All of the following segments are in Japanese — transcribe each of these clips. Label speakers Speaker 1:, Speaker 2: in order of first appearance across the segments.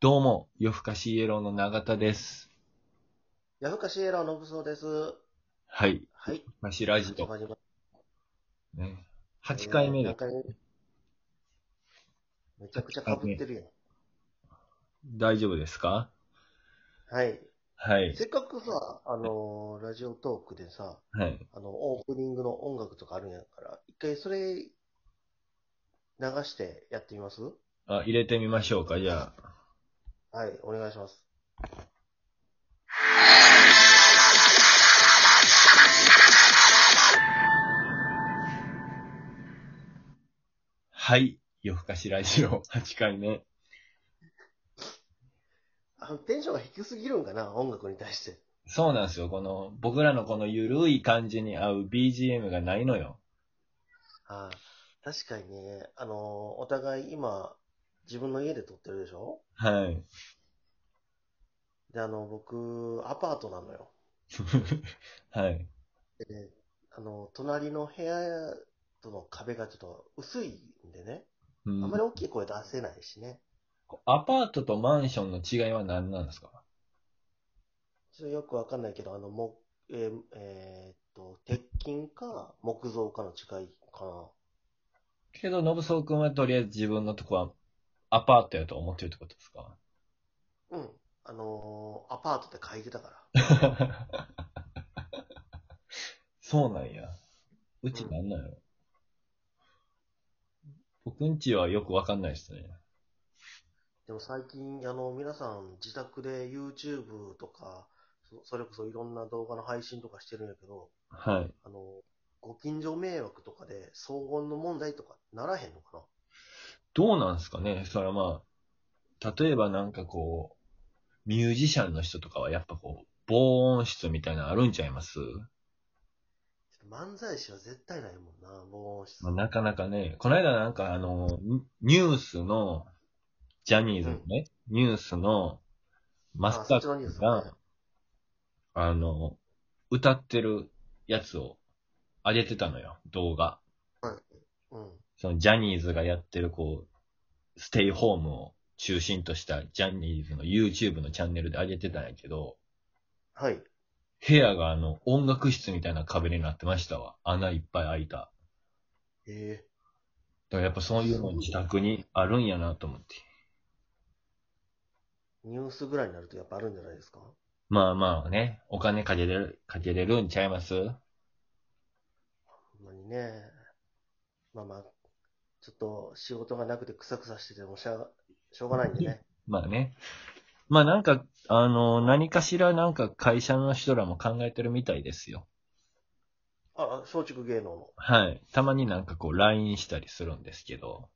Speaker 1: どうも、夜更かしイエローの永田です。
Speaker 2: ヤフカシエラーのぶそうです。
Speaker 1: はい。
Speaker 2: はい。
Speaker 1: マシラジ
Speaker 2: 始
Speaker 1: オ。
Speaker 2: まりま
Speaker 1: ね、
Speaker 2: し
Speaker 1: 8
Speaker 2: た
Speaker 1: 回目
Speaker 2: なん
Speaker 1: で、
Speaker 2: かねめちゃくちゃ被ってるやん。
Speaker 1: 大丈夫ですか
Speaker 2: はい。
Speaker 1: はい。
Speaker 2: せっかくさ、あのーラジオトークでさ、
Speaker 1: はい。
Speaker 2: あの、オープニングの音楽とかあるんやから、一回それ、流してやってみます
Speaker 1: あ、入れてみましょうか、じゃあ。
Speaker 2: はい、お願いします。
Speaker 1: はい。夜更かしラジオ、8回目。
Speaker 2: あのテンションが低すぎるんかな、音楽に対して。
Speaker 1: そうなんですよ。この、僕らのこのゆるい感じに合う BGM がないのよ。
Speaker 2: あー確かにね、あのーお互い今、自分の家で撮ってるでしょ
Speaker 1: はい。
Speaker 2: で、あの、僕、アパートなのよ。
Speaker 1: はい。
Speaker 2: で、あの、隣の部屋との壁がちょっと薄いんでね、
Speaker 1: う
Speaker 2: あ
Speaker 1: ん
Speaker 2: まり大きい声出せないしね、
Speaker 1: アパートとマンションの違いは何なんですか
Speaker 2: ちょっとよくわかんないけど、あの、もえーえーっと、鉄筋か木造かの違いかな。
Speaker 1: けど、信夫君はとりあえず自分のとこはアパートやと思ってるってことですか
Speaker 2: うん。あのーアパートって書いてたから。
Speaker 1: そうなんや。うちなんなんやろ。僕んちはよくわかんないですね。
Speaker 2: でも最近、あの、皆さん自宅で YouTube とか、そそれこそいろんな動画の配信とかしてるんやけど、
Speaker 1: はい。
Speaker 2: あの、ご近所迷惑とかで騒音の問題とかならへんのかな
Speaker 1: どうなんすかねそれはまあ、例えばなんかこう、ミュージシャンの人とかはやっぱこう、防音室みたいなのあるんちゃいます、
Speaker 2: 漫才師は絶対ないもんな、防音室。
Speaker 1: まあ、なかなかね、この間なんかあの、ニニュースの、ジャニーズのね、ニュースの、マスター
Speaker 2: あそっちのニュースね
Speaker 1: が、あの、歌ってるやつを上げてたのよ、動画。
Speaker 2: うん。
Speaker 1: そのジャニーズがやってるこう、ステイホームを中心としたジャニーズの YouTube のチャンネルで上げてたんやけど、
Speaker 2: はい。
Speaker 1: 部屋があの、音楽室みたいな壁になってましたわ。穴いっぱい開いた。
Speaker 2: ええ
Speaker 1: だからやっぱそういうの自宅にあるんやなと思って。
Speaker 2: ニュースぐらいになるとやっぱあるんじゃないですか
Speaker 1: まあまあね、お金かけれる、かけれるんちゃいます
Speaker 2: ほんまにね。まあまあ、ちょっと仕事がなくてクサクサしててもしゃあ、しょうがないんでね。
Speaker 1: まあね。まあなんか、あの、何かしらなんか会社の人らも考えてるみたいですよ。
Speaker 2: あ、松竹芸能の。
Speaker 1: はい。たまになんかこう、LINE したりするんですけど、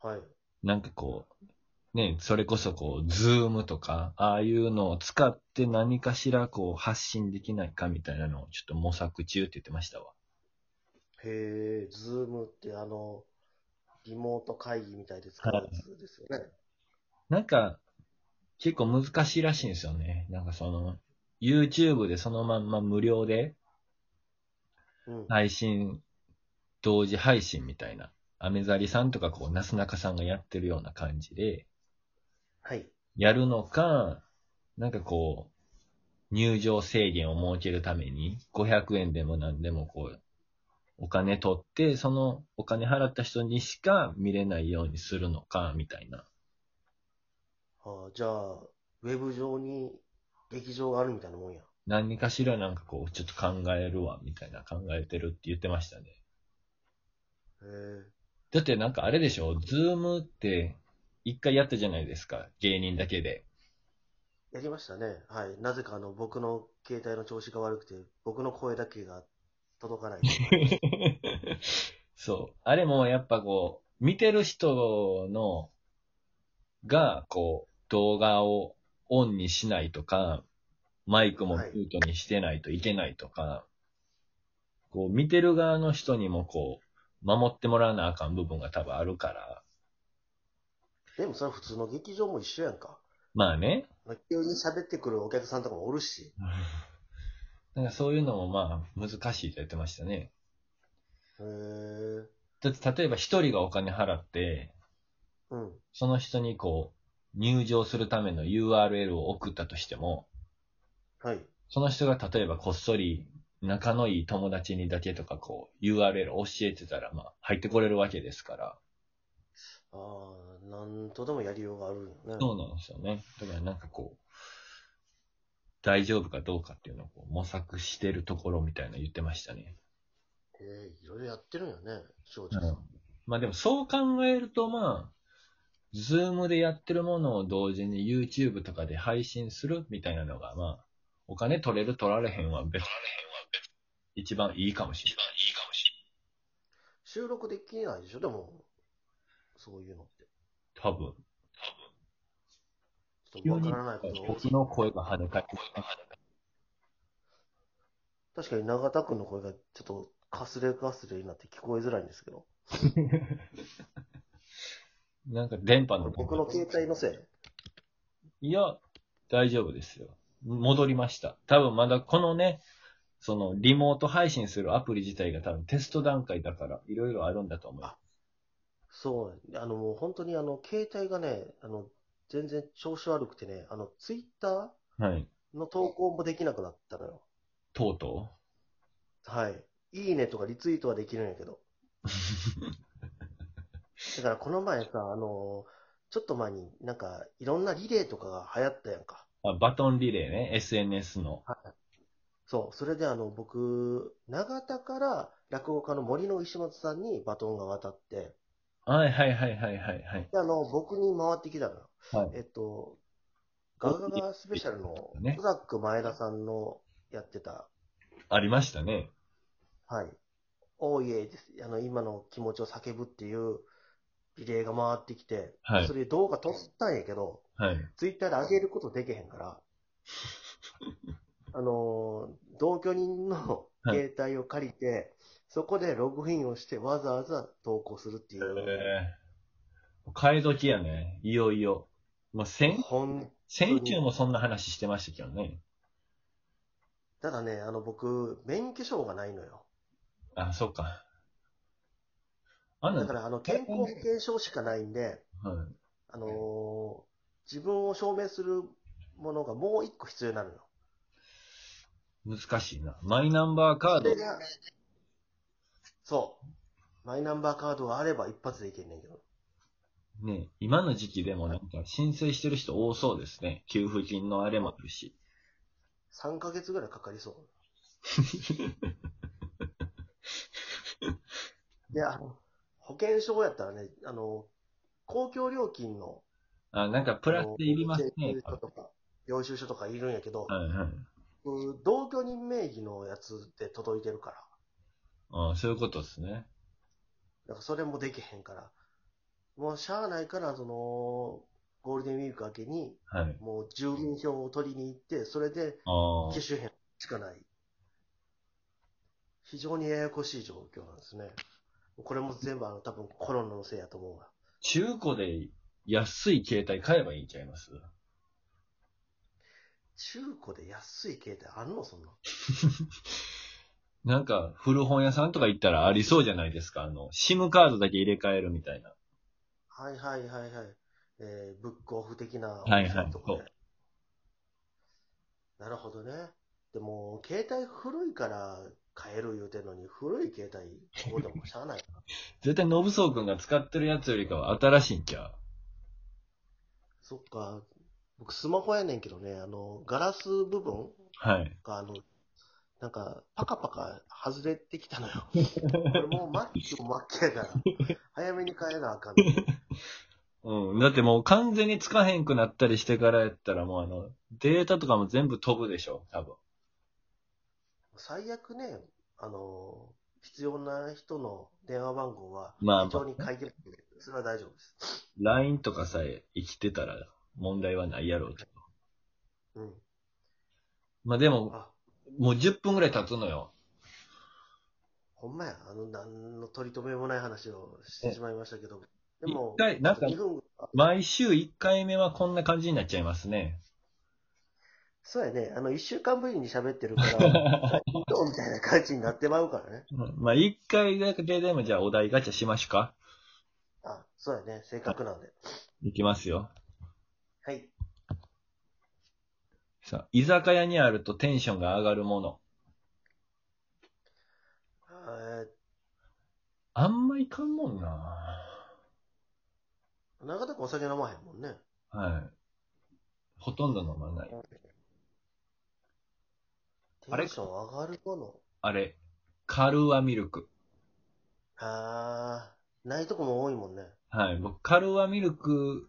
Speaker 2: はい。
Speaker 1: なんかこう、ね、それこそこう、ズームとか、ああいうのを使って何かしらこう、発信できないかみたいなのをちょっと模索中って言ってましたわ。
Speaker 2: へえ、ズームってあの、リモート会議みたいで使うやつですよね。
Speaker 1: なんか、結構難しいらしいんですよね。なんかその、YouTube でそのまんま無料で
Speaker 2: うん。
Speaker 1: 配信、同時配信みたいな。アメザリさんとかこう、なすなかさんがやってるような感じで、
Speaker 2: はい。
Speaker 1: やるのか、なんかこう、入場制限を設けるために、500円でも何でもこう、お金取って、そのお金払った人にしか見れないようにするのか、みたいな。
Speaker 2: あじゃあ、ウェブ上に劇場があるみたいなもんや。
Speaker 1: 何かしらなんかこう、ちょっと考えるわ、みたいな考えてるって言ってましたね。
Speaker 2: へえ。
Speaker 1: だってなんかあれでしょズームって、一回やったじゃないですか。芸人だけで。
Speaker 2: やりましたね。はい。なぜかあの、僕の携帯の調子が悪くて、僕の声だけが届 かない。
Speaker 1: そう。あれもやっぱこう、見てる人の、が、こう、動画をオンにしないとか、マイクもミュートにしてないといけないとか、こう、見てる側の人にもこう、守ってもらわなあかん部分が多分あるから、
Speaker 2: でもそれ普通の劇場も一緒やんか。
Speaker 1: まあね、
Speaker 2: 急に喋ってくるお客さんとかもおるし。
Speaker 1: なんかそういうのもまあ、難しいと言ってましたね。
Speaker 2: へえ。
Speaker 1: だって例えば一人がお金払って、
Speaker 2: うん。
Speaker 1: その人にこう、入場するための URL を送ったとしても、
Speaker 2: はい。
Speaker 1: その人が例えばこっそり仲のいい友達にだけとかこう URL を教えてたらまあ入ってこれるわけですから。
Speaker 2: ああ、なんとでもやりようがあるよね。
Speaker 1: そうなんですよね。だからなんかこう、大丈夫かどうかっていうのをこう模索してるところみたいな言ってましたね。
Speaker 2: ええいろいろやってるんよね、翔
Speaker 1: う
Speaker 2: ちゃん。
Speaker 1: ん、まあでもそう考えるとまあ、ズームでやってるものを同時に YouTube とかで配信するみたいなのがまあ、お金取れる取られへんは別に一番いいかもしれない。
Speaker 2: 収録できないでしょ、でも、そういうのって。
Speaker 1: 多分。
Speaker 2: ちょっとわからないことが多い
Speaker 1: 僕の声が跳ね返ってきた。
Speaker 2: 確かに永田君の声がちょっとかすれかすれになって聞こえづらいんですけど。
Speaker 1: なんか電波の。
Speaker 2: 僕の携帯のせい。
Speaker 1: いや、大丈夫ですよ。戻りました。多分まだこのね、そのリモート配信するアプリ自体が多分テスト段階だから、いろいろあるんだと思う。
Speaker 2: あそう、あのもう本当にあの携帯がね、あの全然調子悪くてね、あのツイッタ
Speaker 1: はい。
Speaker 2: ーの投稿もできなくなったのよ。
Speaker 1: とうと
Speaker 2: はい。いいねとかリツイートはできるんやけど。だからこの前さ、あの、ちょっと前になんかいろんなリレーとかが流行ったやんか。
Speaker 1: う。あバトンリレーね、SNS の。
Speaker 2: そう、それであの僕、長田から落語家の森の石松さんにバトンが渡って、
Speaker 1: はいはいはいはいはいはい。
Speaker 2: であの僕に回ってきたのよ。
Speaker 1: はい
Speaker 2: えっと、ガガガスペシャルの
Speaker 1: ね
Speaker 2: ザック前田さんのやってた、
Speaker 1: ありましたね。
Speaker 2: はい。おーいえです。あの、今の気持ちを叫ぶっていうリレーが回ってきて、
Speaker 1: はい
Speaker 2: それ動画撮ったんやけど、
Speaker 1: はい。
Speaker 2: ツイッターで上げることできへ んから、あのー同居人の
Speaker 1: はい
Speaker 2: 携帯を借りて、そこでログインをしてわざわざ投稿するっていう。
Speaker 1: えー、替え時やね。いよいよ。まあ、先、
Speaker 2: ほん
Speaker 1: 先週もそんな話してましたけどね。
Speaker 2: ただね、あの僕、免許証がないのよ。
Speaker 1: あ、そうか。あんな
Speaker 2: だ
Speaker 1: ん
Speaker 2: から、あの、健康保険証しかないんで、
Speaker 1: はい
Speaker 2: あのー自分を証明するものがもう一個必要になるの。
Speaker 1: 難しいな。マイナンバーカード
Speaker 2: それ。がそう。マイナンバーカードがあれば一発でいけんねんけど。
Speaker 1: ね、今の時期でもなんか申請してる人多そうですね。給付金のあれもあるし。
Speaker 2: 3ヶ月ぐらいかかり そう。で、あの、保険証やったらね、あの、公共料金の、
Speaker 1: あ、なんかプラスでいります
Speaker 2: あの
Speaker 1: ね
Speaker 2: 請。求書とか、領収書とかいるんやけど、
Speaker 1: はいはい。
Speaker 2: 僕同居人名義のやつで届いてるから、
Speaker 1: あそういうことですね。
Speaker 2: だからそれもできへんから、もうしゃあないから、その、ゴールデンウィーク明けに、
Speaker 1: はい。
Speaker 2: もう住民票を取りに行って、それで
Speaker 1: ああ
Speaker 2: 機。種変しかない。非常にややこしい状況なんですね。これも全部あの多分コロナのせいやと思うわ。
Speaker 1: 中古で安い携帯買えばいいんちゃいます
Speaker 2: 中古で安い携帯あんのそんな。
Speaker 1: なんか古本屋さんとか行ったらありそうじゃないですか。あの、SIM カードだけ入れ替えるみたいな。
Speaker 2: はいはいはいはい。えー、ブックオフ的な
Speaker 1: はいはい
Speaker 2: とかね
Speaker 1: そう
Speaker 2: なるほどね。でも、携帯古いから買える言うてんのに、古い携帯、こうでもしゃあない な。
Speaker 1: 絶対、ノブソウ君が使ってるやつよりかは新しいんちゃう
Speaker 2: そっか。僕、スマホやねんけどね、あの、ガラス部分
Speaker 1: はい。
Speaker 2: が、あの、なんか、パカパカ外れてきたの よ。これもうマッキもマッキやから、早めに変えなあかんね。
Speaker 1: うん。だってもう完全につかへんくなったりしてからやったらもうあの、データとかも全部飛ぶでしょ、多分。
Speaker 2: 最悪ね、あの、必要な人の電話番号は、
Speaker 1: まあ
Speaker 2: 非常に書いてるので、それは大丈夫です。
Speaker 1: LINE とかさえ生きてたら問題はないやろうけど。
Speaker 2: うん。
Speaker 1: まあでも、
Speaker 2: あ、
Speaker 1: もう10分ぐらい経つのよ。
Speaker 2: ほんまや。あの、何の取り留めもない話をしてしまいましたけど。でも
Speaker 1: 一、回、なんか、
Speaker 2: 2分、あ
Speaker 1: 毎週1回目はこんな感じになっちゃいますね。
Speaker 2: そうやね。あの、1週間ぶりに喋って るから、どうみたいな感じになってまうからね。
Speaker 1: うんまあ1回だけでもじゃあお題ガチャしましゅか。
Speaker 2: あ、そうやね。正確なんで。
Speaker 1: いきますよ。
Speaker 2: はい。
Speaker 1: さあ、居酒屋にあるとテンションが上がるもの。
Speaker 2: え
Speaker 1: あんまいかんもんな。
Speaker 2: ー、中田君お酒飲まへんもんね。
Speaker 1: はい。ほとんど飲まない。あ
Speaker 2: テ
Speaker 1: れ
Speaker 2: ンション上がるもの。
Speaker 1: あれ、カルーアミルク。
Speaker 2: あー、ないとこも多いもんね。
Speaker 1: はい。僕、カルーアミルク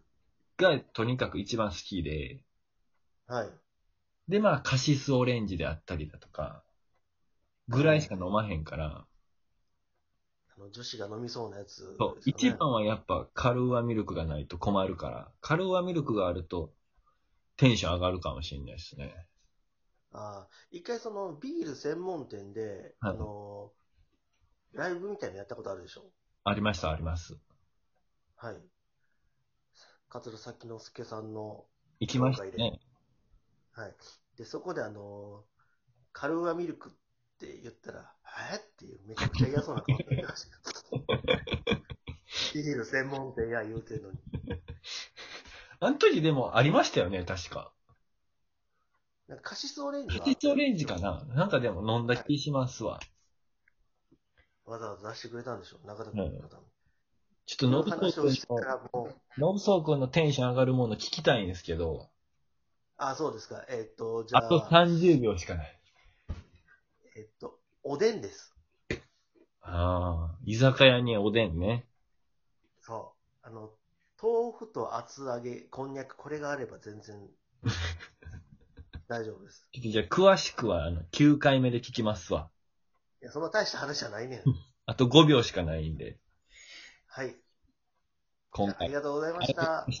Speaker 1: がとにかく一番好きで、
Speaker 2: はい。
Speaker 1: で、まあ、カシスオレンジであったりだとか、ぐらいしか飲まへんから、
Speaker 2: あの女子が飲みそうなやつ、
Speaker 1: そう、一番はやっぱカルーアミルクがないと困るから、カルーアミルクがあるとテンション上がるかもしれないですね。
Speaker 2: あー一回そのビール専門店で、
Speaker 1: はい
Speaker 2: あのーライブみたいなのやったことあるでしょ
Speaker 1: ありました、あります。
Speaker 2: はい。桂崎之助さんの、
Speaker 1: 行きましたね。
Speaker 2: はい。で、そこであのーカルーアミルクって言ったら、えっていう、めちゃくちゃ嫌そうな顔になってま した。ビール専門店や言うてんのに。
Speaker 1: あの時でもありましたよね、確か。
Speaker 2: なんかカシスオレンジ
Speaker 1: カ
Speaker 2: は
Speaker 1: シスオレンジかななんかでも飲んだ気しますわ。
Speaker 2: わざわざ出してくれたんでしょ中田君の方も。
Speaker 1: ちょっとノブ
Speaker 2: その
Speaker 1: ソ
Speaker 2: 話を
Speaker 1: ー
Speaker 2: して
Speaker 1: 君
Speaker 2: か
Speaker 1: の、
Speaker 2: らもう、
Speaker 1: ノブソー君のテンション上がるもの聞きたいんですけど、
Speaker 2: あ、そうですか。えっ、と、じゃ
Speaker 1: あと
Speaker 2: あ、
Speaker 1: 30秒しかない。
Speaker 2: えっ、と、おでんです。
Speaker 1: ああ、居酒屋におでんね。
Speaker 2: そう。あの、豆腐と厚揚げ、こんにゃく、これがあれば全 然、大丈夫です。
Speaker 1: ちょっとじゃあ、詳しくは、あの、9回目で聞きますわ。
Speaker 2: いや、そんな大した話じゃないねん。
Speaker 1: あと5秒しかないんで、
Speaker 2: はい。
Speaker 1: 今
Speaker 2: あり
Speaker 1: 回。
Speaker 2: がとうございました。
Speaker 1: した。